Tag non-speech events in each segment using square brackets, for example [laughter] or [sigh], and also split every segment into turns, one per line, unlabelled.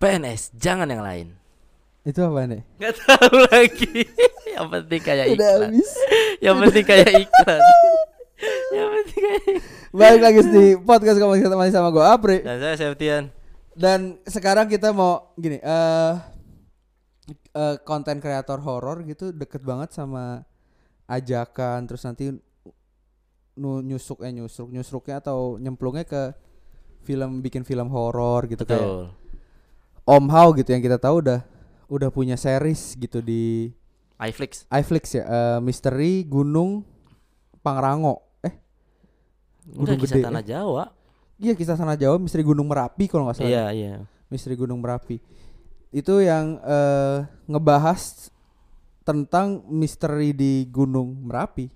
PNS jangan yang lain
Itu apa nih?
nggak tahu lagi [laughs] yang penting kayak iklan
habis.
yang penting [laughs] kayak [laughs] iklan yang penting kayak
Balik lagi di podcast Kompas Kata Manis sama gue Apri.
dan saya Septian
Dan sekarang kita mau gini, eh eh, konten kreator horor gitu deket banget sama ajakan terus nanti nu nyusuk eh nyusruk nyusruknya atau nyemplungnya ke film bikin film horor gitu kayak
betul
Om How gitu yang kita tahu udah udah punya series gitu di
iFlix
iFlix ya eh, misteri Gunung Pangrango eh
udah
Gunung
kisah
Gede, eh?
tanah Jawa
iya kisah tanah Jawa misteri Gunung Merapi kalau nggak salah
iya iya
misteri Gunung Merapi itu yang eh, ngebahas tentang misteri di Gunung Merapi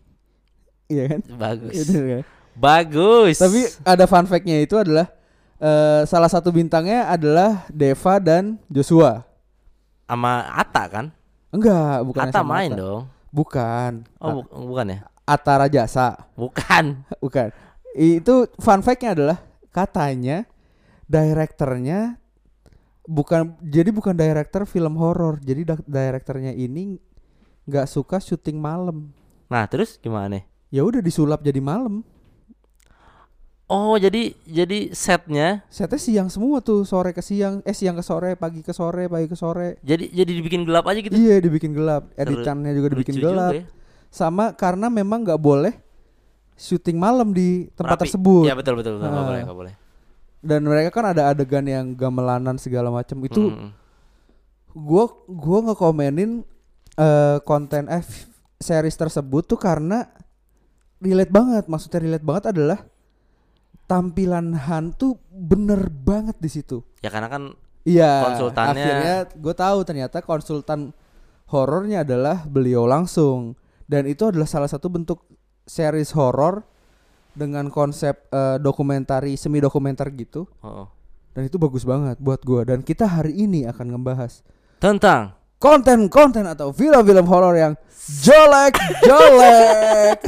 iya kan Itu
bagus
kan?
bagus
tapi ada fun fact-nya itu adalah eh, salah satu bintangnya adalah Deva dan Joshua
sama Ata kan
enggak bukan
Ata main dong
bukan
oh bu- bukan ya
Atara Jasa
bukan
Bukan. Itu fun fact-nya adalah katanya direkturnya bukan jadi bukan director film horor. Jadi dak- direkturnya ini nggak suka syuting malam.
nah terus gimana nih
Ya udah disulap jadi malam.
oh jadi jadi setnya
Setnya siang semua tuh, sore ke siang, eh siang ke sore, pagi ke sore, pagi ke sore.
jadi jadi dibikin gelap aja gitu
Iya, dibikin gelap.
Seru-
Editannya juga dibikin
Lucu juga
gelap.
ya.
Sama karena memang nggak boleh syuting malam di tempat
Merapi.
tersebut.
Iya betul betul betul nggak
Ah.
boleh nggak boleh
Dan mereka kan ada adegan yang gamelanan segala macam. Itu
Mm.
gua gua ngekomenin eh konten eh f- series tersebut tuh karena relate banget maksudnya relate banget adalah tampilan hantu bener banget di situ
ya karena kan
iya
Konsultannya-
akhirnya gue tahu ternyata konsultan horornya adalah beliau langsung dan itu adalah salah satu bentuk series horor dengan konsep eh, dokumentari semi dokumenter gitu
oh, oh.
dan itu bagus banget buat gua dan kita hari ini akan ngebahas
tentang
konten-konten atau film-film horor yang jelek jelek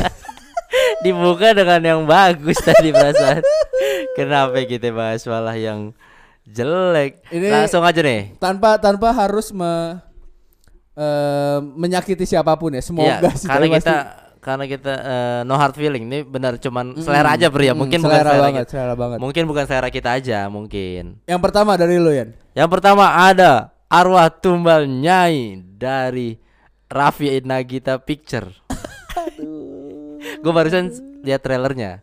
dibuka dengan yang bagus tadi perasaan kenapa kita bahas malah yang jelek
Ini-
langsung aja nih
[laughs] tanpa tanpa harus me, eh, menyakiti siapapun ya
Iya,
semoga sih
karena
tapi pasti-
kita karena kita eh, no hard feeling ini benar cuman selera aja pria
Mm,
mungkin bukan
selera
selera
banget
kita.
selera banget
mungkin bukan selera kita aja mungkin
yang pertama dari lu Yan
yang pertama ada arwah tumbal nyai dari Raffi Nagita Picture gue barusan lihat trailernya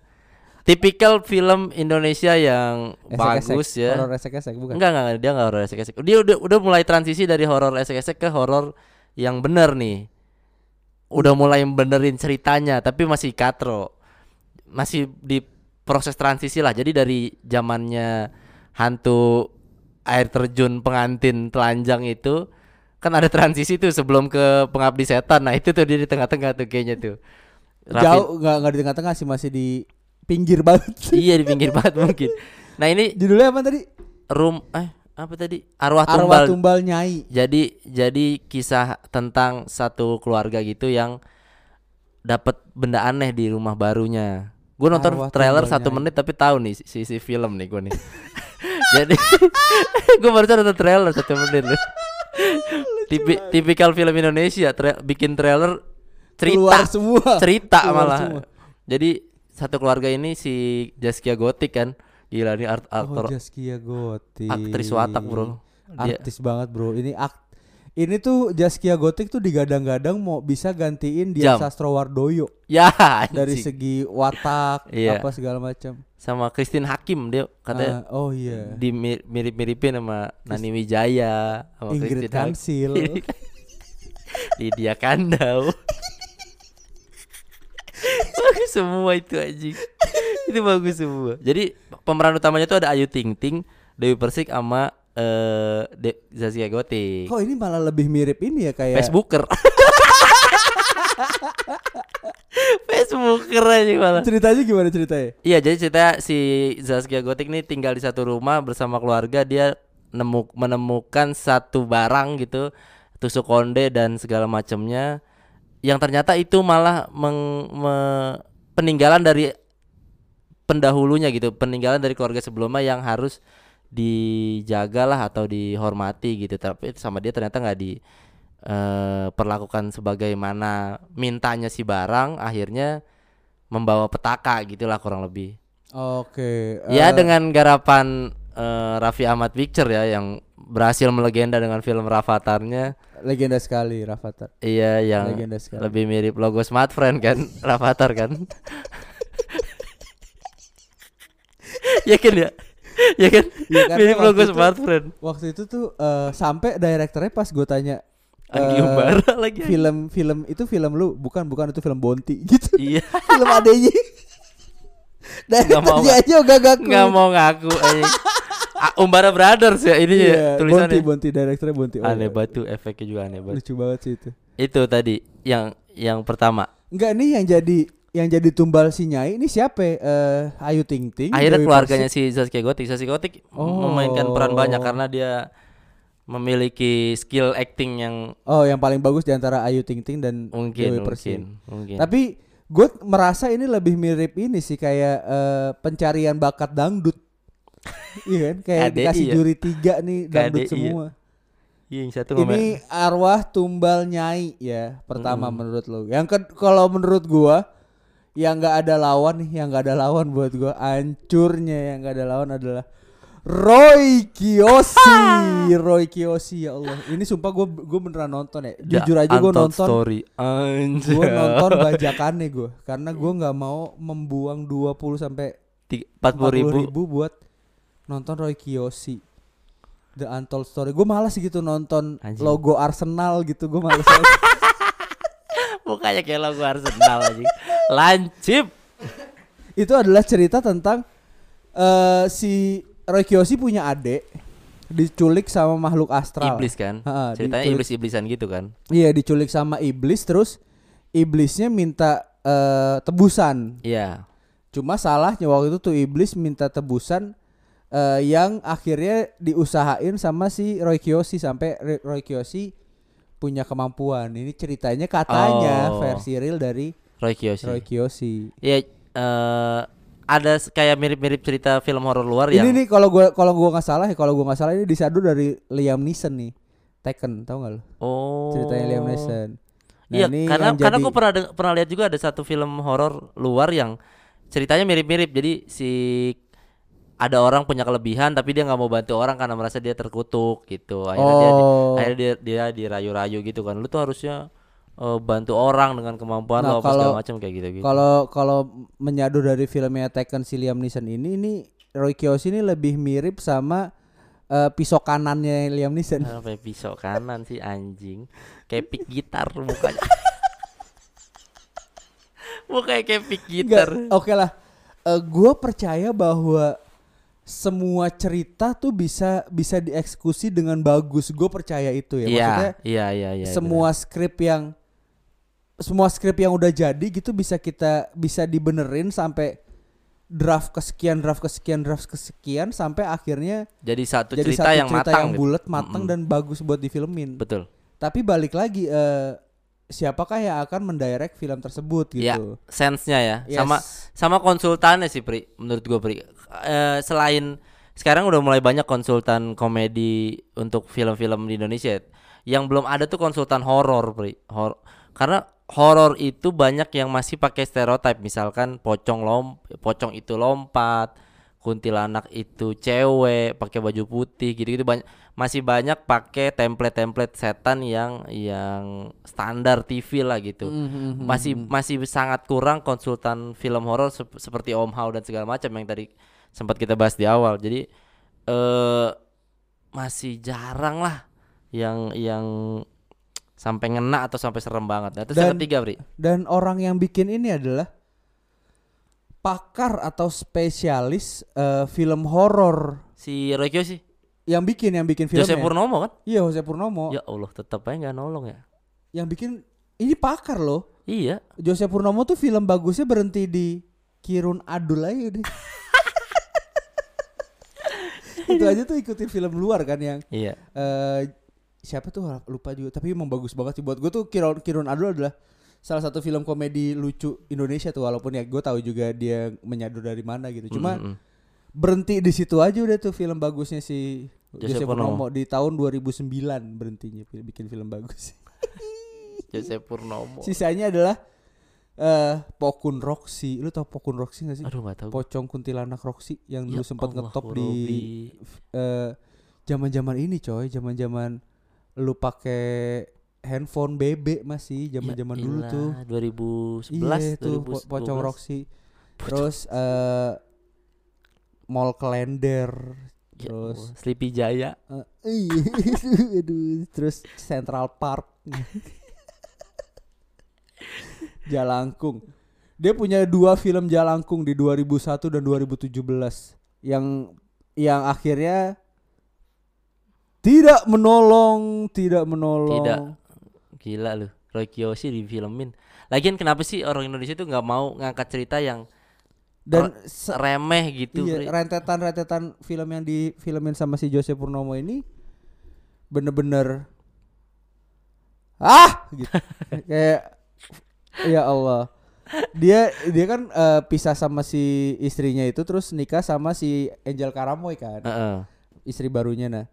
tipikal film Indonesia yang
Esek-esek,
bagus ya
horor esek-esek bukan
Enggak, enggak, enggak, dia enggak horor esek-esek. Dia udah udah mulai transisi dari horor esek-esek ke horor yang bener nih. Udah mulai benerin ceritanya, tapi masih katro. Masih di proses transisi lah. Jadi dari zamannya hantu air terjun pengantin telanjang itu kan ada transisi tuh sebelum ke pengabdi setan. Nah, itu tuh dia di tengah-tengah tuh kayaknya tuh. Raffi-
jauh nggak nggak di tengah-tengah sih masih di pinggir banget [laughs]
Iya, di pinggir banget mungkin. Nah, ini
judulnya apa tadi
room eh apa tadi? Arwah
arwah
tumbal
tumbal nyai
jadi jadi kisah tentang satu keluarga gitu yang dapat benda aneh di rumah barunya. Gue nonton
Arwah
trailer
tumbalnya
satu
ini.
menit tapi tahu nih sisi film nih gue nih. [laughs] jadi [laughs] gue baru nonton trailer satu
[laughs]
menit loh. Tipi- tipikal film Indonesia tra- bikin trailer cerita
keluar semua
cerita
Keluar
malah.
semua.
Jadi satu keluarga ini si Zaskia Gotik kan. Gila nih art-
oh,
aktor
Zaskia Gotik
aktris watak, Bro. Dia-
artis banget bro ini ak ini tuh Zaskia Gotik tuh digadang-gadang mau bisa gantiin dia
Jam.
Sastrowardoyo
ya
dari
anjing.
segi watak
Iya.
apa segala macam
sama Christine Hakim dia katanya
Ah, oh iya
di mirip-miripin sama Nani Wijaya sama
Ingrid
Christine Hakim,
Kansil
[laughs] Lydia Kandau [laughs] bagus semua itu anjing itu bagus semua jadi pemeran utamanya tuh ada Ayu Ting Ting Dewi Persik sama eh De- Zaskia Gotik
kok ini malah lebih mirip ini ya kayak
Facebooker [laughs] Facebooker aja malah
ceritanya gimana ceritanya
Iya jadi cerita si Zaskia Gotik ini tinggal di satu rumah bersama keluarga dia nemu menemukan satu barang gitu tusuk konde dan segala macamnya yang ternyata itu malah meng- me- peninggalan dari pendahulunya gitu peninggalan dari keluarga sebelumnya yang harus dijagalah atau dihormati gitu tapi sama dia ternyata nggak di eh, perlakukan sebagaimana mintanya si barang akhirnya membawa petaka gitulah kurang lebih
Oke.
ya
eh,
dengan garapan eh, Raffi Ahmad Picture ya yang berhasil melegenda dengan film Rafatarnya
legenda sekali Rafathar.
iya yang
Legenda sekali.
lebih mirip logo smartphone kan [laughs] Rafathar kan [laughs] yakin ya yakin
Iya, karena
mirip
waktu
logo
itu-
smartphone
Waktu itu tuh eh, sampai direkturnya pas gue tanya
Anggi
eh,
Umbara lagi
film film itu film lu bukan bukan itu film Bonti gitu.
iya
film adanya.
Nggak mau,
Direkturnya aja gak ngaku.
nggak mau ngaku anjing. Ah, Umbara Brothers ya ini ya
Iya, Bonti
tulisannya
Bonti direkturnya Bonti. Oh,
aneh
iya.
banget tuh efeknya juga aneh banget
Lucu banget sih itu.
itu tadi yang yang pertama
Enggak nih yang jadi yang jadi tumbal si Nyai ini siapa? ya? Eh Ayu Ting Ting.
akhirnya
Dewi
keluarganya
Persik.
si Zaskia Gotik Zaskia Gotik
Oh.
memainkan peran banyak karena dia memiliki skill acting yang
Oh, yang paling bagus di antara Ayu Ting Ting dan
mungkin
Dewi Persik.
mungkin mungkin
Tapi gue merasa ini lebih mirip ini sih kayak eh, pencarian bakat dangdut. iya kan? Kayak
KDI
dikasih
ya?
juri tiga nih dangdut
KDI ya.
semua.
Iya, yang satu
Ini
ngomel-
arwah tumbal nyai ya pertama menurut lo. Yang ke kalau menurut gua yang nggak ada lawan nih, yang nggak ada lawan buat gua ancurnya yang nggak ada lawan adalah Roy Kiyoshi, Roy Kiyoshi ya Allah. Ini sumpah gua gua beneran nonton ya.
Ja-
Jujur aja gua
Untold
nonton
story anjir
gue nonton bajakannya gue karena gue nggak mau membuang 20 sampai
empat
40 ribu.
ribu
buat nonton Roy Kiyoshi The Untold Story gue malas gitu nonton
Anjing.
logo Arsenal gitu gue malas banget.
[laughs] mukanya kayak logo Arsenal aja lancip
itu adalah cerita tentang eh si Roy Kiyoshi punya adik diculik sama makhluk astral
iblis kan
Ha-ha,
ceritanya
diculik-
iblis-iblisan gitu kan
iya diculik sama iblis terus iblisnya minta eh, tebusan
iya
Cuma salahnya waktu itu tuh iblis minta tebusan eh, yang akhirnya diusahain sama si Roy Kiyoshi sampai Re- Roy Kiyoshi punya kemampuan. Ini ceritanya katanya
Oh.
versi real dari
Roy Kiyoshi
Roy Kiyoshi.
ya eh, ada s- kayak mirip-mirip cerita film horor luar Oh, yang
Ini nih kalau gua kalau gua nggak salah ya kalau gua nggak salah ini disadu dari Liam Neeson nih. Tekken, tau gak lo?
oh
Ceritanya Liam Neeson. Nah,
Iya,
ini
karena
yang
karena
jadi-
aku pernah deng- pernah lihat juga ada satu film horor luar yang ceritanya mirip-mirip. Jadi si ada orang punya kelebihan tapi dia nggak mau bantu orang karena merasa dia terkutuk gitu. Akhirnya dia di-
Oh.
akhirnya dia, dia dirayu-rayu gitu kan. Lu tuh harusnya eh, bantu orang dengan kemampuan
Nah,
lo apa segala
kalau-
macam kayak gitu gitu.
Kalau kalau menyadu dari filmnya Tekken si Liam Neeson ini ini Roy Kiyoshi ini lebih mirip sama eh, pisau kanannya Liam
[laughs]
Neeson.
Sampai pisau kanan sih anjing. Kayak pick gitar mukanya. [laughs] mukanya kayak pick gitar.
Enggak, Oke lah. gue percaya bahwa semua cerita tuh bisa bisa dieksekusi dengan bagus. Gue percaya itu ya. Maksudnya
Iya, iya, iya, iya.
semua skrip yang semua skrip yang udah jadi gitu bisa kita bisa dibenerin sampai draft kesekian draft kesekian draft kesekian sampai akhirnya
bener. jadi satu
jadi
cerita
satu
yang
cerita
matang
yang
gitu.
bulat matang
Mm-mm.
dan bagus buat difilmin.
Betul.
Tapi balik lagi eh, siapakah yang akan mendirect film tersebut
Ya,
gitu.
sense-nya ya.
Yes.
Sama sama konsultannya sih, Pri. Menurut gua, Pri. Eh, selain sekarang udah mulai banyak konsultan komedi untuk film-film di Indonesia. Yang belum ada tuh konsultan horor, Pri. Hor- karena horor itu banyak yang masih pakai stereotip, misalkan pocong lom pocong itu lompat, kuntilanak itu cewek, pakai baju putih gitu-gitu banyak masih banyak pakai template-template setan yang yang standar TV lah gitu masih masih sangat kurang konsultan film horor sep- seperti Om Hao dan segala macam yang tadi sempat kita bahas di awal. Jadi eh masih jarang lah yang yang sampai ngena atau sampai serem banget. Nah, terus yang
Dan-
ketiga, Bri.
Dan orang yang bikin ini adalah pakar atau spesialis eh, film horor
Si Roy sih.
yang bikin yang bikin filmnya.
Joseph Purnomo kan?
Iya, Jose Purnomo.
Ya Allah, tetap aja nggak nolong ya.
Yang bikin ini pakar loh.
Iya.
Jose Purnomo tuh film bagusnya berhenti di Kirun Adul aja
[laughs]
deh. Itu aja tuh ikutin film luar kan yang
Iya.
eh siapa tuh lupa juga tapi emang bagus banget sih buat gue tuh Kirun Kirun Adul adalah salah satu
Hmm.
film komedi lucu Indonesia tuh walaupun ya gue tahu juga dia menyadur dari mana gitu cuma
Mm-mm.
berhenti di situ aja udah tuh film bagusnya si
Joseph
Joseph
Purnomo.
Purnomo di tahun 2009 berhentinya fil- bikin film
[laughs]
bagus. [laughs]
Jose Purnomo.
Sisanya adalah eh Pokun Roxy. Lu tau Pokun Roxy gak sih?
Aduh nggak tahu.
Pocong kuntilanak Roxy yang
Ya
dulu sempat
Allah,
ngetop
Robi.
di eh, zaman-zaman ini coy, zaman-zaman lu pakai handphone BB masih zaman-zaman
Ya
dulu
elah,
tuh.
2011
Iya tuh po-
2012.
Pocong Roxy.
Pocong
Terus eh Mall Calendar.
Ya
Terus
Allah, Sleepy Jaya.
eh, iya, [laughs] aduh, terus Central Park. [laughs] Jalangkung. Dia punya dua film Jalangkung di 2001 dan 2017 yang yang akhirnya tidak menolong, tidak menolong.
Tidak. Gila lu. Roy Kiyoshi difilmin. Lagian kenapa sih orang Indonesia tuh nggak mau ngangkat cerita yang
Dan se-
remeh gitu? Bre?
Iya, rentetan-rentetan film yang difilmin sama si Jose Purnomo ini bener-bener ah gitu. [laughs] Kayak ya Allah. Dia dia kan eh, pisah sama si istrinya itu terus nikah sama si Angel Karamoy kan,
Heeh.
istri barunya nah.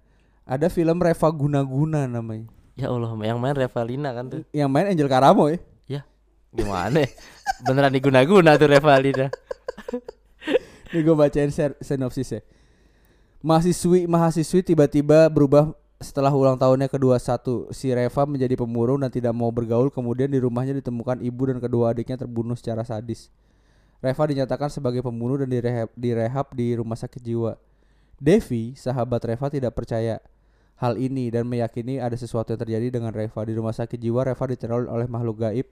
Ada film Reva Guna-Guna namanya.
Ya Allah, yang main Revalina kan tuh.
Yang main Angel Karamoy.
Ya, gimana? [laughs] ya? Beneran diguna-guna tuh Revalina.
Nih gue bacain ser- sinopsisnya. Mahasiswi mahasiswi tiba-tiba berubah setelah ulang tahunnya ke-21. Si Reva menjadi pemurung dan tidak mau bergaul. Kemudian di rumahnya ditemukan ibu dan kedua adiknya terbunuh secara sadis. Reva dinyatakan sebagai pembunuh dan direhab, direhab di rumah sakit jiwa. Devi, sahabat Reva tidak percaya hal ini dan meyakini ada sesuatu yang terjadi dengan Reva di rumah sakit jiwa. Reva diteror oleh makhluk gaib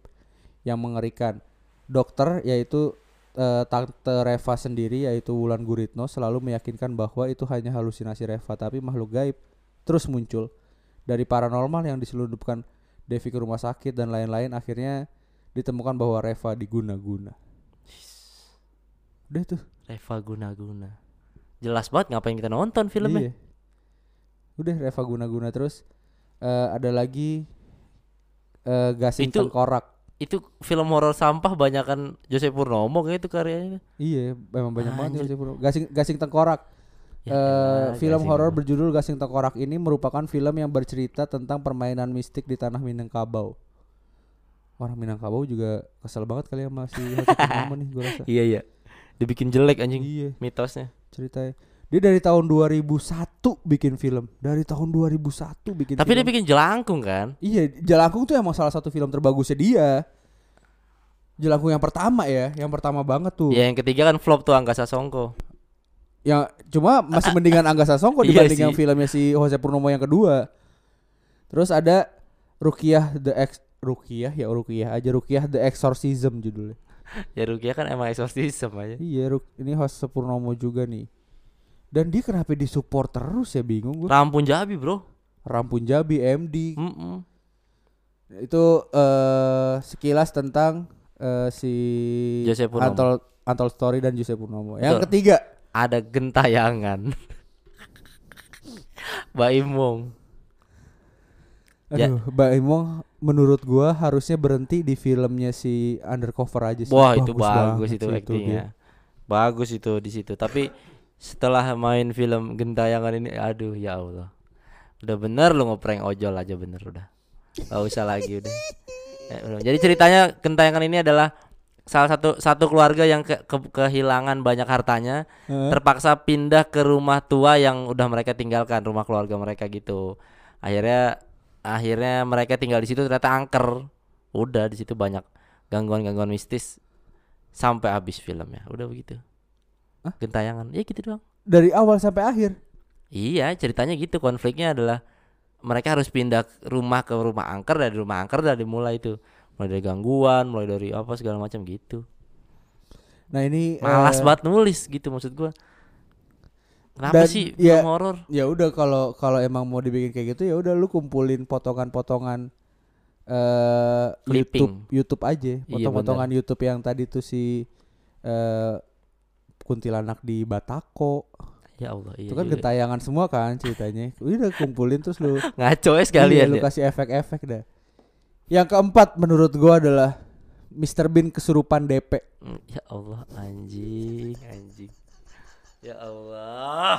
yang mengerikan. Dokter yaitu eh, tante Reva sendiri yaitu Wulan Guritno selalu meyakinkan bahwa itu hanya halusinasi Reva tapi makhluk gaib terus muncul dari paranormal yang diselundupkan Devi ke rumah sakit dan lain-lain akhirnya ditemukan bahwa Reva diguna-guna. Udah tuh.
Reva guna-guna. Jelas banget ngapain kita nonton filmnya.
Iya. Udah Reva guna-guna terus eh, ada lagi eh gasing
Itu-
tengkorak.
Itu film horor sampah banyakan Jose Purnomo kayak itu karyanya.
Iya, memang banyak banget
Anjir.
yang disebut. gasing gasing tengkorak.
Ya
Eh,
elah,
film
Gasing
horor
Tengkorak.
berjudul Gasing Tengkorak ini merupakan film yang bercerita tentang permainan mistik di tanah Minangkabau. Orang Minangkabau juga kesel banget kali ya masih
[laughs]
nih gue rasa.
Iya iya. Dibikin jelek anjing
Iya,
mitosnya.
ceritanya. Dia dari tahun 2001 bikin film. Dari tahun 2001 bikin
Tapi dia
film.
bikin jelangkung kan?
Iya, Jalangkung tuh emang salah satu film terbagusnya dia. Jalangkung yang pertama ya, yang pertama banget tuh.
Ya yang ketiga kan flop tuh Angga Sasongko.
Ya cuma masih mendingan Angga Sasongko
[laughs] Iya
dibanding
sih.
yang filmnya si Jose Purnomo yang kedua. Terus ada Rukiah the Ex Rukiah ya Rukiah aja Rukiah the Exorcism judulnya.
Ya Rukia kan emang eksorsisme aja.
Iya, Ruk- ini Jose Purnomo juga nih. Dan dia kenapa disupport terus ya bingung gue.
Rampun Jabi, Bro.
Rampun Jabi MD.
Mm-mm.
Itu eh sekilas tentang eh, si
Jose Purnomo.
Antol Antol Story dan Jose Purnomo. Yang
Betul.
ketiga
Ada gentayangan. [laughs] Baimong. Ya.
Aduh, Mbak Imong menurut gua harusnya berhenti di filmnya si Undercover aja sih.
Wah itu bagus
banget
itu
sih
actingnya,
dia.
bagus itu di situ. Tapi setelah main film Gentayangan ini, aduh ya Allah, udah bener lu ngeprank ojol aja bener udah, gak usah lagi udah. Eh, belum. Jadi ceritanya Gentayangan ini adalah salah satu satu keluarga yang ke- ke- kehilangan banyak hartanya,
Heeh.
terpaksa pindah ke rumah tua yang udah mereka tinggalkan, rumah keluarga mereka gitu. Akhirnya akhirnya mereka tinggal di situ ternyata angker. Udah di situ banyak gangguan-gangguan mistis sampai habis filmnya. Udah begitu.
Hah?
Gentayangan. Ya gitu doang.
Dari awal sampai akhir.
Iya, ceritanya gitu. Konfliknya adalah mereka harus pindah ke rumah ke rumah angker dari rumah angker dari mulai itu. Mulai dari gangguan, mulai dari apa segala macam gitu.
Nah, ini
Malas
eh,
banget nulis gitu maksud gua. Kenapa
Dan-
sih
ya.
film horor?
Ya udah kalau kalau emang mau dibikin kayak gitu ya udah lu kumpulin potongan-potongan eh
Clipping.
YouTube YouTube
Iya,
aja, potong-potongan YouTube yang tadi tuh si eh kuntilanak di Batako.
Ya Allah, iya.
itu kan
juga.
gentayangan semua kan ceritanya. Udah kumpulin terus lu
Ngaco ya
Iya,
sekalian
lu
ya.
kasih efek-efek dah. Yang keempat menurut gua adalah Mr. Bean kesurupan DP.
Hmm,
[laughs]
Mm, Ya Allah, anjing, anjing. Ya Allah.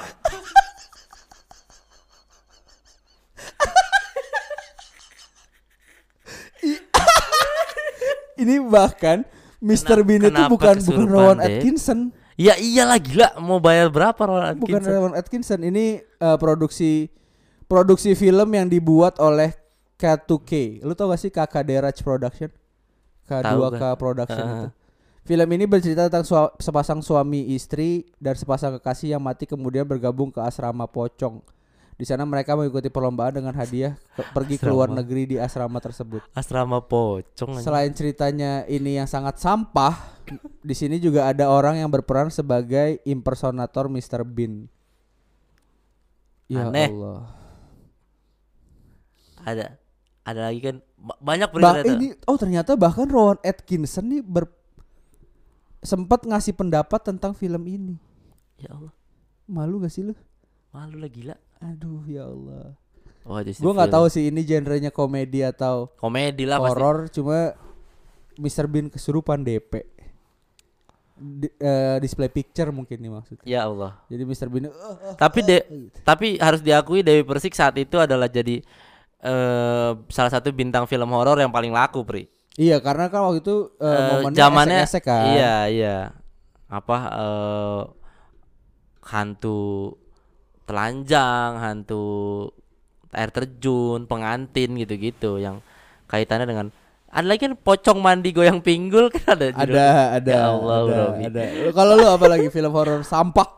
Ini bahkan Mr.
Kena-
Bean itu
kenapa
bukan bukan
kesurupan,
Rowan
Dek?
Atkinson,
Ya iyalah gila mau bayar berapa gitu? Rowan
bukan
Atkinson?
Rowan Atkinson. Ini eh, produksi produksi film yang dibuat oleh K2K. Lu tau gak sih kakak Deraj Production? K2K
kan.
Production
Ah.
itu. Film ini bercerita tentang sua- sepasang suami istri dan sepasang kekasih yang mati kemudian bergabung ke asrama pocong. Di sana mereka mengikuti perlombaan dengan hadiah ke- pergi ke luar
Asrama.
negeri di asrama tersebut.
Asrama pocong. anjing.
Selain ceritanya ini yang sangat sampah, di sini juga ada orang yang berperan sebagai impersonator Mr. Bean. Ya
Aneh.
Allah.
Ada ada lagi kan Ba- banyak bener
Bah, ini oh ternyata bahkan Rowan Atkinson nih ber sempat ngasih pendapat tentang film ini.
Ya Allah,
Malu gak sih lu?
malu lah gila.
Aduh ya Allah.
Wah, jadi
Gue nggak
film.
tahu sih ini genrenya komedi atau
Komedi lah pasti.
horor, cuma Mr. Bean kesurupan DP. Di- eh, display picture mungkin nih maksudnya.
Ya Allah.
Jadi Mr. Bean "Eh,
Tapi de tapi harus diakui Dewi Persik saat itu adalah jadi eh salah satu bintang film horor yang paling laku, Pri.
Iya karena kan waktu itu eh,
Eh,
momennya
zamannya
esek-esek kan.
Iya, iya. Apa eh hantu telanjang, hantu air terjun, pengantin gitu-gitu yang kaitannya dengan ada lagi kan pocong mandi goyang pinggul kan ada judul.
Ada ada
Ya Allah,
ada,
Robi.
ada. Lu- Kalau lu apa lagi film horor sampah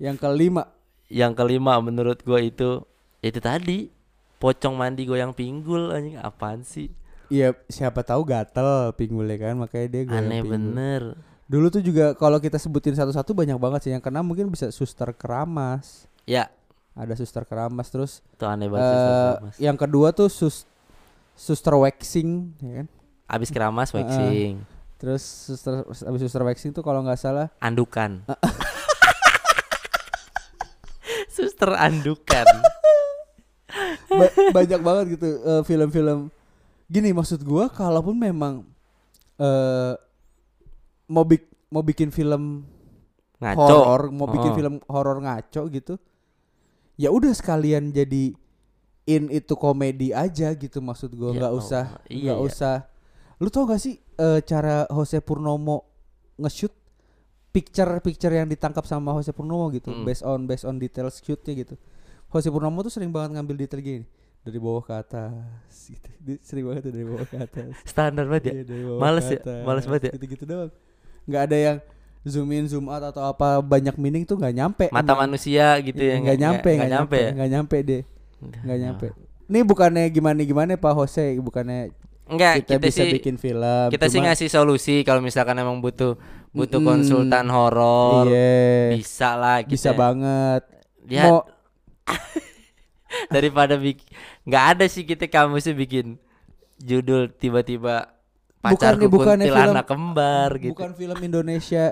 yang kelima
yang kelima menurut gua itu itu tadi pocong mandi goyang pinggul anjing apaan sih
Iya siapa tahu gatel pinggulnya kan makanya dia goyang
aneh
pinggul.
bener
Dulu tuh juga kalau kita sebutin satu-satu banyak banget sih yang kena mungkin bisa suster keramas.
ya
Ada suster keramas terus
tuh aneh banget sih,
eh
Mas.
yang kedua tuh sus suster waxing ya kan.
abis keramas
eh,
waxing
Terus suster abis suster waxing tuh kalau nggak salah
andukan
Eh,
[laughs] suster andukan
Ba- banyak banget gitu eh, film-film gini maksud gua kalaupun memang eh mau bik- mau bikin film
ngaco
horor mau bikin
Oh.
film horor ngaco gitu ya udah sekalian jadi in itu komedi aja gitu maksud gua
Ya
nggak
Allah,
usah
iya,
nggak
iya.
usah lu tau gak sih eh, cara Jose Purnomo nge-shoot picture-picture yang ditangkap sama Jose Purnomo gitu
Mm.
based on based on details shootnya gitu Jose Purnomo tuh sering banget ngambil detail gini dari bawah ke atas [laughs] gitu. Dia sering banget tuh dari bawah ke atas
standar banget ya
Iya, dari bawah
Males
ke
ya, males banget ya.
Gitu-gitu doang. Nggak ada yang zoom in, zoom out atau apa banyak meaning tuh nggak nyampe.
mata
emang.
manusia gitu
Iya,
ya
nggak nyampe,
nggak nyampe ya?
nggak nyampe deh, nggak nyampe. Ini bukannya gimana gimana Pak Jose, bukannya
Enggak,
kita,
Ya, kita,
bisa
sih
bikin film.
kita sih
cuma-
ngasih solusi kalau misalkan emang butuh butuh
Mm-mm.
konsultan horor
Iya,
bisa gitu lah ya. kita.
bisa banget.
Ya,
Mau
[laughs] daripada bik- nggak ada sih kita kamu sih bikin judul tiba-tiba pacarku
Bukannya- bukannya
kuntilanak
film-
kembar gitu.
bukan film Indonesia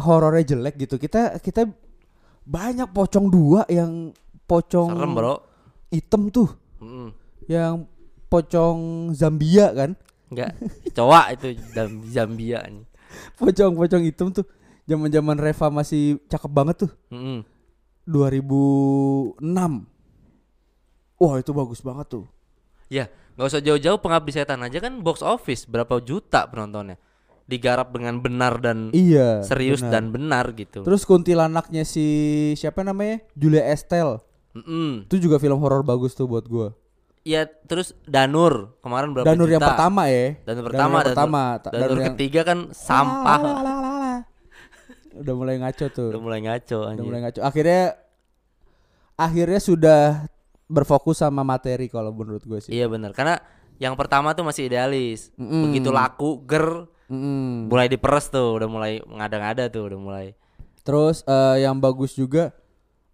horornya jelek gitu. Kita kita banyak pocong dua yang pocong
Serem, Bro.
hitam tuh,
Mm.
yang pocong Zambia kan. [laughs]
Enggak, cowok itu Zam- Zambia nih.
pocong-pocong hitam tuh zaman-zaman Reva masih cakep banget tuh
Mm-mm.
2006 wah itu bagus banget tuh
Ya, nggak usah jauh-jauh pengabdi setan aja kan box office berapa juta penontonnya. Digarap dengan benar dan
iya
serius
benar.
dan benar gitu.
terus kuntilanaknya si siapa namanya Julia Estelle
Mm-mm.
itu juga film horor bagus tuh buat gua
Ya, terus Danur kemarin berapa
Danur
juta?
yang pertama ya
Danur pertama,
yang
Danur-
pertama Ta-
Danur,
yang- Ah,
ketiga kan sampah.
Lalalala. udah mulai ngaco tuh
Udah mulai ngaco
Gitu. udah
anjir.
mulai ngaco akhirnya akhirnya sudah berfokus sama materi kalau menurut gue sih
Iya benar. Karena yang pertama tuh masih idealis.
Mm-mm. Mm.
Begitu laku, ger,
Mm-mm.
mulai diperes tuh, udah mulai ngada-ngada tuh, udah mulai.
Terus eh, yang bagus juga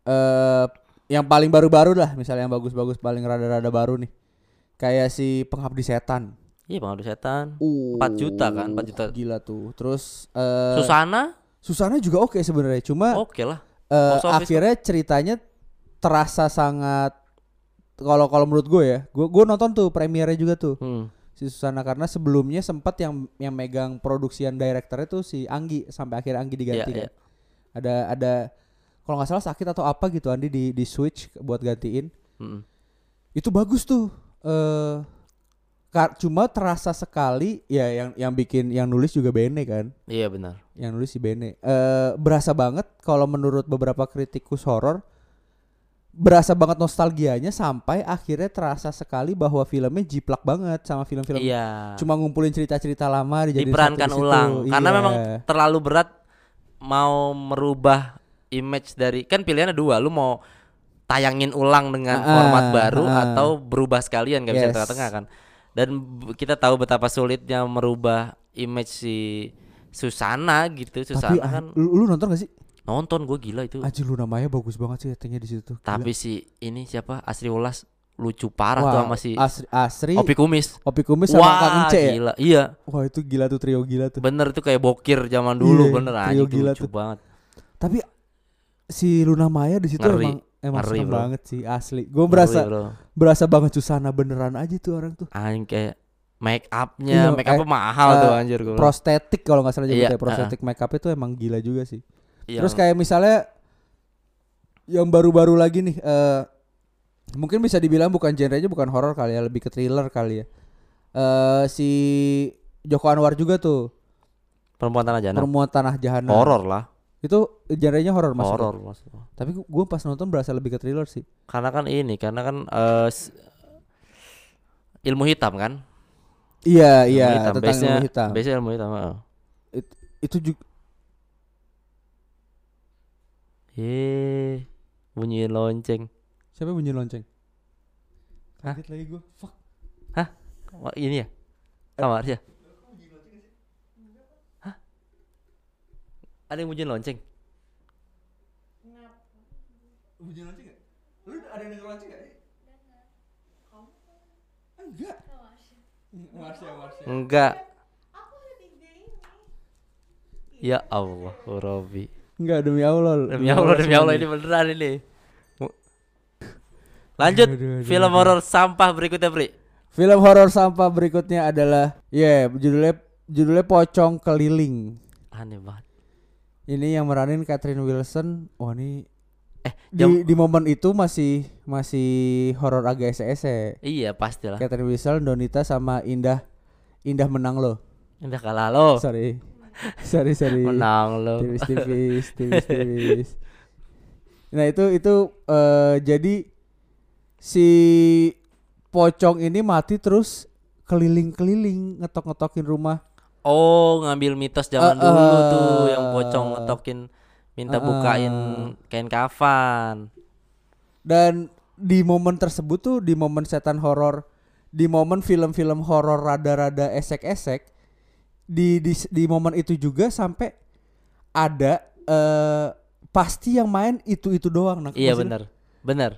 eh yang paling baru-baru lah, misalnya yang bagus-bagus paling rada-rada baru nih. Kayak si Pengabdi Setan.
Iya, Bang Aduh Setan.
Uh,
4 juta kan, 4 juta.
Gila tuh. Terus eh
Susana?
Susana juga oke sebenarnya, cuma
Oke lah.
eh,
box office
akhirnya ceritanya terasa sangat kalau kalau menurut gue ya, gue gue nonton tuh premiernya juga tuh
Hmm.
si Susana karena sebelumnya sempat yang yang megang produksian direkturnya tuh si Anggi sampai akhir Anggi diganti
Iya,
kan. ada ada kalau nggak salah sakit atau apa gitu Andi di di switch buat gantiin
Mm-mm.
itu bagus tuh eh kar- cuma terasa sekali ya yang yang bikin yang nulis juga Bene kan
Iya benar.
yang nulis si Bene eh berasa banget kalau menurut beberapa kritikus horor berasa banget nostalgianya sampai akhirnya terasa sekali bahwa filmnya jiplak banget sama film-film
Iya.
cuma ngumpulin cerita-cerita lama dijadiin
Diperankan
satu di situ.
ulang karena
Iya.
memang terlalu berat mau merubah image dari kan pilihannya dua, lu mau tayangin ulang dengan
Ah,
format baru
ah.
atau berubah sekalian gak bisa
Yes.
tengah-tengah kan. Dan b- kita tahu betapa sulitnya merubah image si Susana gitu.
tapi
Susana
ah,
kan
lu, lu nonton gak sih
nonton gue gila itu.
Anjir Luna Maya bagus banget sih actingnya di situ. Gila.
Tapi si ini siapa Asri Ulas lucu parah
Wah,
tuh sama si
Asri, Asri
Opi
Opi,
Kumis.
Kumis sama Kang
Wah,
Ence ya?
gila. Iya,
Wah itu gila tuh trio gila tuh.
bener tuh kayak bokir zaman dulu
Iya,
bener aja
trio
itu
gila
lucu
tuh.
banget.
Tapi si Luna Maya di situ
Ngeri.
emang emang
Ngeri,
serem
bro.
banget sih asli. Gue berasa
Ngeri, bro.
berasa banget Susana beneran aja tuh orang tuh.
Anjing kayak make upnya,
Iya,
make upnya mahal
eh,
tuh anjir gue.
Prostetik kalau nggak salah
Iya,
nyebutnya prostetik makeup itu emang gila juga sih.
Iya,
Terus kayak misalnya yang baru-baru lagi nih eh mungkin bisa dibilang bukan genrenya bukan horor kali ya, lebih ke thriller kali ya. Eh si Joko Anwar juga tuh,
perempuan tanah jana.
Perempuan Tanah Jahanam.
Horor lah,
Itu genrenya horor mas.
horor maksudnya.
Tapi gue pas nonton berasa lebih ke thriller sih.
Karena kan ini, karena kan eh, s- ilmu hitam kan? Ilmu
Iya, iya,
hitam.
tentang
base-nya-
ilmu hitam.
base-nya ilmu hitam. heeh.
It- itu juga
Yeay, bunyiin lonceng.
siapa yang bunyi lonceng?
Hah?
Kaget lagi gue. Fuck.
Wah, ini ya? Kamar ya? Hah? Ada yang bunyiin lonceng?
Bunyi lonceng gak? Lu ada yang denger lonceng gak? Enggak. Marsha, Marsha.
Enggak. Ya Allah, Bu Robi.
Enggak demi Allah.
Demi Allah, demi Allah ini beneran ini. Mu- Lanjut
Aduh, aduh,
film horor sampah berikutnya, Pri.
Film horor sampah berikutnya adalah ya judulnya judulnya Pocong Keliling.
Aneh banget.
Ini yang meranin Catherine Wilson. Wah, ini
Eh, jam
di, di momen itu masih masih horor agak ese-ese.
Iya, pastilah.
Catherine Wilson, Donita sama Indah Indah menang lo.
Indah kalah lo.
Sorry. Sorry, sorry.
Oh. Menang lo. [laughs]
Tipis tipis, tipis tipis. Nah, itu itu eh, jadi si pocong ini mati terus keliling-keliling ngetok-ngetokin rumah.
Oh, ngambil mitos zaman
Eh,
dulu tuh
eh.
yang pocong ngetokin minta
Eh,
bukain
eh.
kain kafan.
Dan di momen tersebut tuh di momen setan horor, di momen film-film horor rada-rada esek-esek di, di di momen itu juga sampai ada eh pasti yang main itu-itu doang nah,
Iya,
maksudnya
bener bener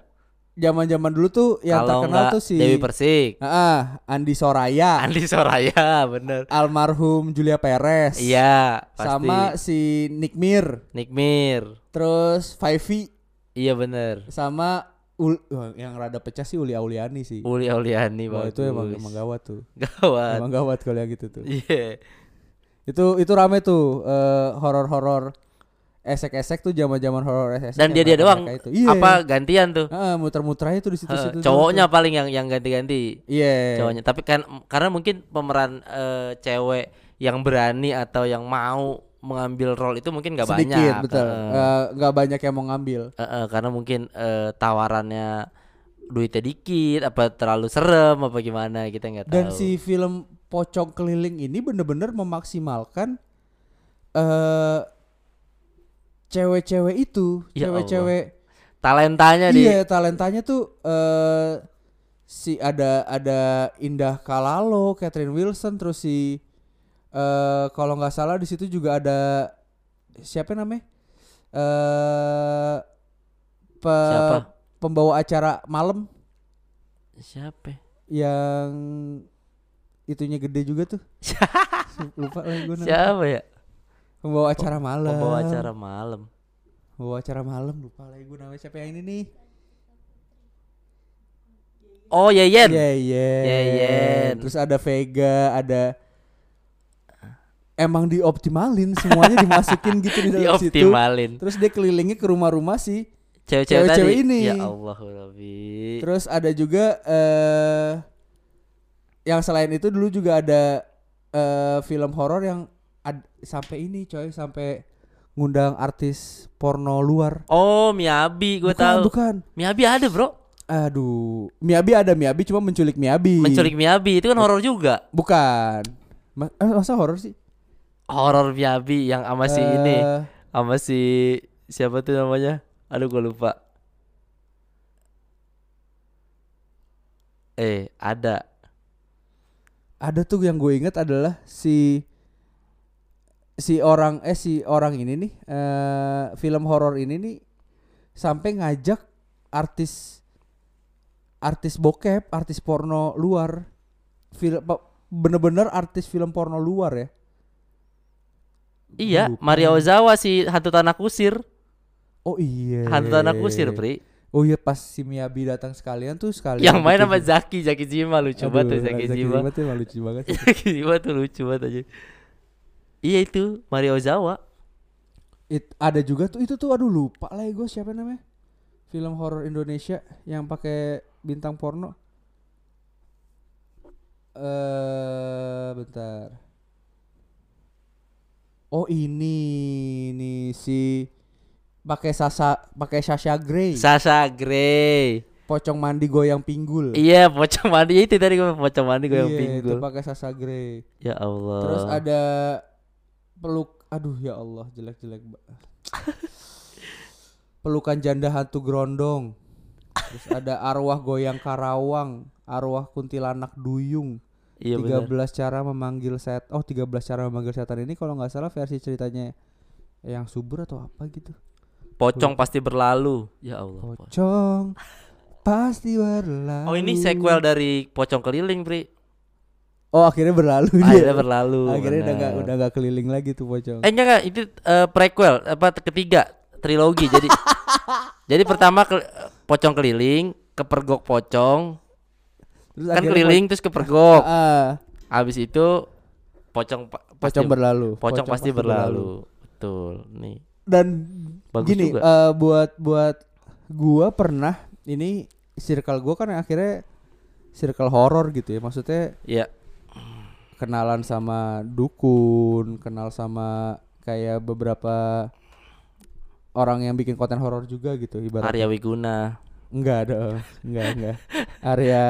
Zaman-zaman dulu tuh yang
Kalau
terkenal
nggak
tuh si
Dewi Persik, [laughs]
Ah, Andi Soraya,
Andi Soraya, bener.
almarhum Julia Perez,
Iya, pasti.
sama si Nick Mir,
Nick Mir.
terus Faifi,
Iya bener
sama Ul- Wah, yang rada pecah sih Uli Auliani sih.
Uli Auliani
Wah,
bagus.
itu emang emang gawat tuh.
gawat.
Emang gawat kalau yang gitu
[laughs]
tuh.
Iya.
Itu itu rame tuh eh, horor-horor esek-esek tuh zaman-zaman horor esek.
Dan dia dia doang
Iya.
apa gantian tuh?
muter-muternya tuh di
Heeh,
situ-situ. doang
cowoknya
tuh.
paling yang yang ganti-ganti.
Iya.
Cowoknya. Tapi kan karena mungkin pemeran eh, cewek yang berani atau yang mau mengambil role itu mungkin nggak banyak.
Sedikit, betul.
Heeh.
Eh, nggak banyak yang mau ngambil.
Heeh, karena mungkin eh, tawarannya duitnya dikit apa terlalu serem apa gimana kita nggak tahu.
Dan si film Pocong Keliling ini bener-bener memaksimalkan eh cewek-cewek itu,
Ya Allah.
cewek-cewek
talentanya di
iya talentanya tuh eh si ada ada Indah Kalalo, Catherine Wilson, terus si eh kalau nggak salah di situ juga ada siapa namanya? Eh pe-
siapa?
pembawa acara malam
Siapa? ya?
yang itunya gede juga
[laughs]
tuh. Lupa lagi gue nama.
Siapa ya?
Pembawa acara malam.
Pembawa acara malam.
Pembawa acara malam lupa lagi gue namanya siapa yang ini nih.
Oh
Iya,
Yeyen. iya.
Yeyen.
Yeyen.
Terus ada Vega, ada emang dioptimalin semuanya dimasukin gitu di dalam situ.
dioptimalin
Terus dia kelilingnya ke rumah-rumah sih.
cewek-cewek
Cewek-cewek
tadi
ini.
ya Allah Rabbi
Terus ada juga eh yang selain itu dulu juga ada eh film horor yang ad- sampai ini coy sampai ngundang artis porno luar.
oh Miabi gue
bukan,
tahu
bukan. Iya.
Miabi ada bro
Aduh, Miabi ada Miabi cuma menculik Miabi.
menculik Miabi
Iya.
itu kan horor juga
Bukan. Ma- eh, masa horor sih?
horor Miabi yang sama si ini
Eh,
sama si siapa tuh namanya aduh gue lupa eh ada
ada tuh yang gue inget adalah si si orang eh si orang ini nih eh film horor ini nih sampai ngajak artis artis bokep, artis porno luar. Film bener-bener artis film porno luar ya.
iya
Lupa.
Maria Ozawa si hantu tanah kusir
Oh iya.
hantu tanah kusir pri
Oh iya pas si Miyabi datang sekalian tuh sekalian.
yang main
gitu
sama
juga.
Zaki Zaki Jima lucu
Aduh,
banget tuh Zaki Jima
tuh emang lucu banget. sih.
[laughs] Zaki Jima tuh lucu banget aja iya itu Maria Ozawa
It- ada juga tuh itu tuh aduh lupa lah gue siapa namanya film horor Indonesia yang pakai bintang porno eh bentar oh ini nih si pakai sasa pakai Sasha Grey
Sasha Grey
pocong mandi goyang pinggul
iya pocong mandi itu tadi gue pocong mandi gue yang
Iya, itu
pinggul
pakai Sasha Grey
ya Allah
terus ada peluk aduh ya Allah jelek-jelek
[laughs]
ba- pelukan janda hantu grondong terus ada arwah goyang karawang arwah kuntilanak duyung
iya
13
benar
cara memanggil set oh 13 cara memanggil setan ini kalau nggak salah versi ceritanya yang subur atau apa gitu
pocong pasti berlalu ya Allah
pocong pasti berlalu
Oh ini sequel dari Pocong Keliling, Pri.
oh akhirnya berlalu dia
Akhirnya berlalu.
Iya. akhirnya udah nggak
benar.
udah nggak keliling lagi tuh pocong
Eh enggak enggak, itu eh, prequel apa ketiga trilogi. jadi
[laughs]
jadi pertama ke, Pocong Keliling, kepergok pocong,
terus
kan
akhirnya po-
keliling terus
[laughs]
kepergok.
Ah,
Habis itu pocong pa- pasti
pocong berlalu
pocong, pasti, berlalu. Betul. Nih.
dan
Bagus
gini
juga.
eh, buat buat gua pernah ini circle gua kan akhirnya circle horor gitu ya maksudnya
Ya,
kenalan sama dukun kenal sama kayak beberapa orang yang bikin konten horor juga gitu ibaratnya
Arya Wiguna.
enggak ada enggak enggak area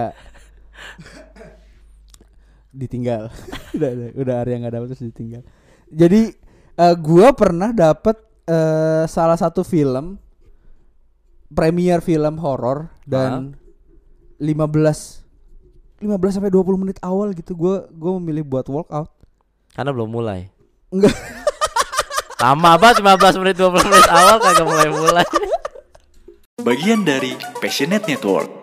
ditinggal [laughs] udah udah, udah area nggak dapet terus ditinggal jadi eh, gua pernah dapet eh, salah satu film premier film horor dan 15 15 sampai 20 menit awal gitu gua gua memilih buat workout
Karena belum mulai.
Enggak.
Lama banget 15 menit 20 menit awal kagak mulai-mulai.
Bagian dari Passionate Network.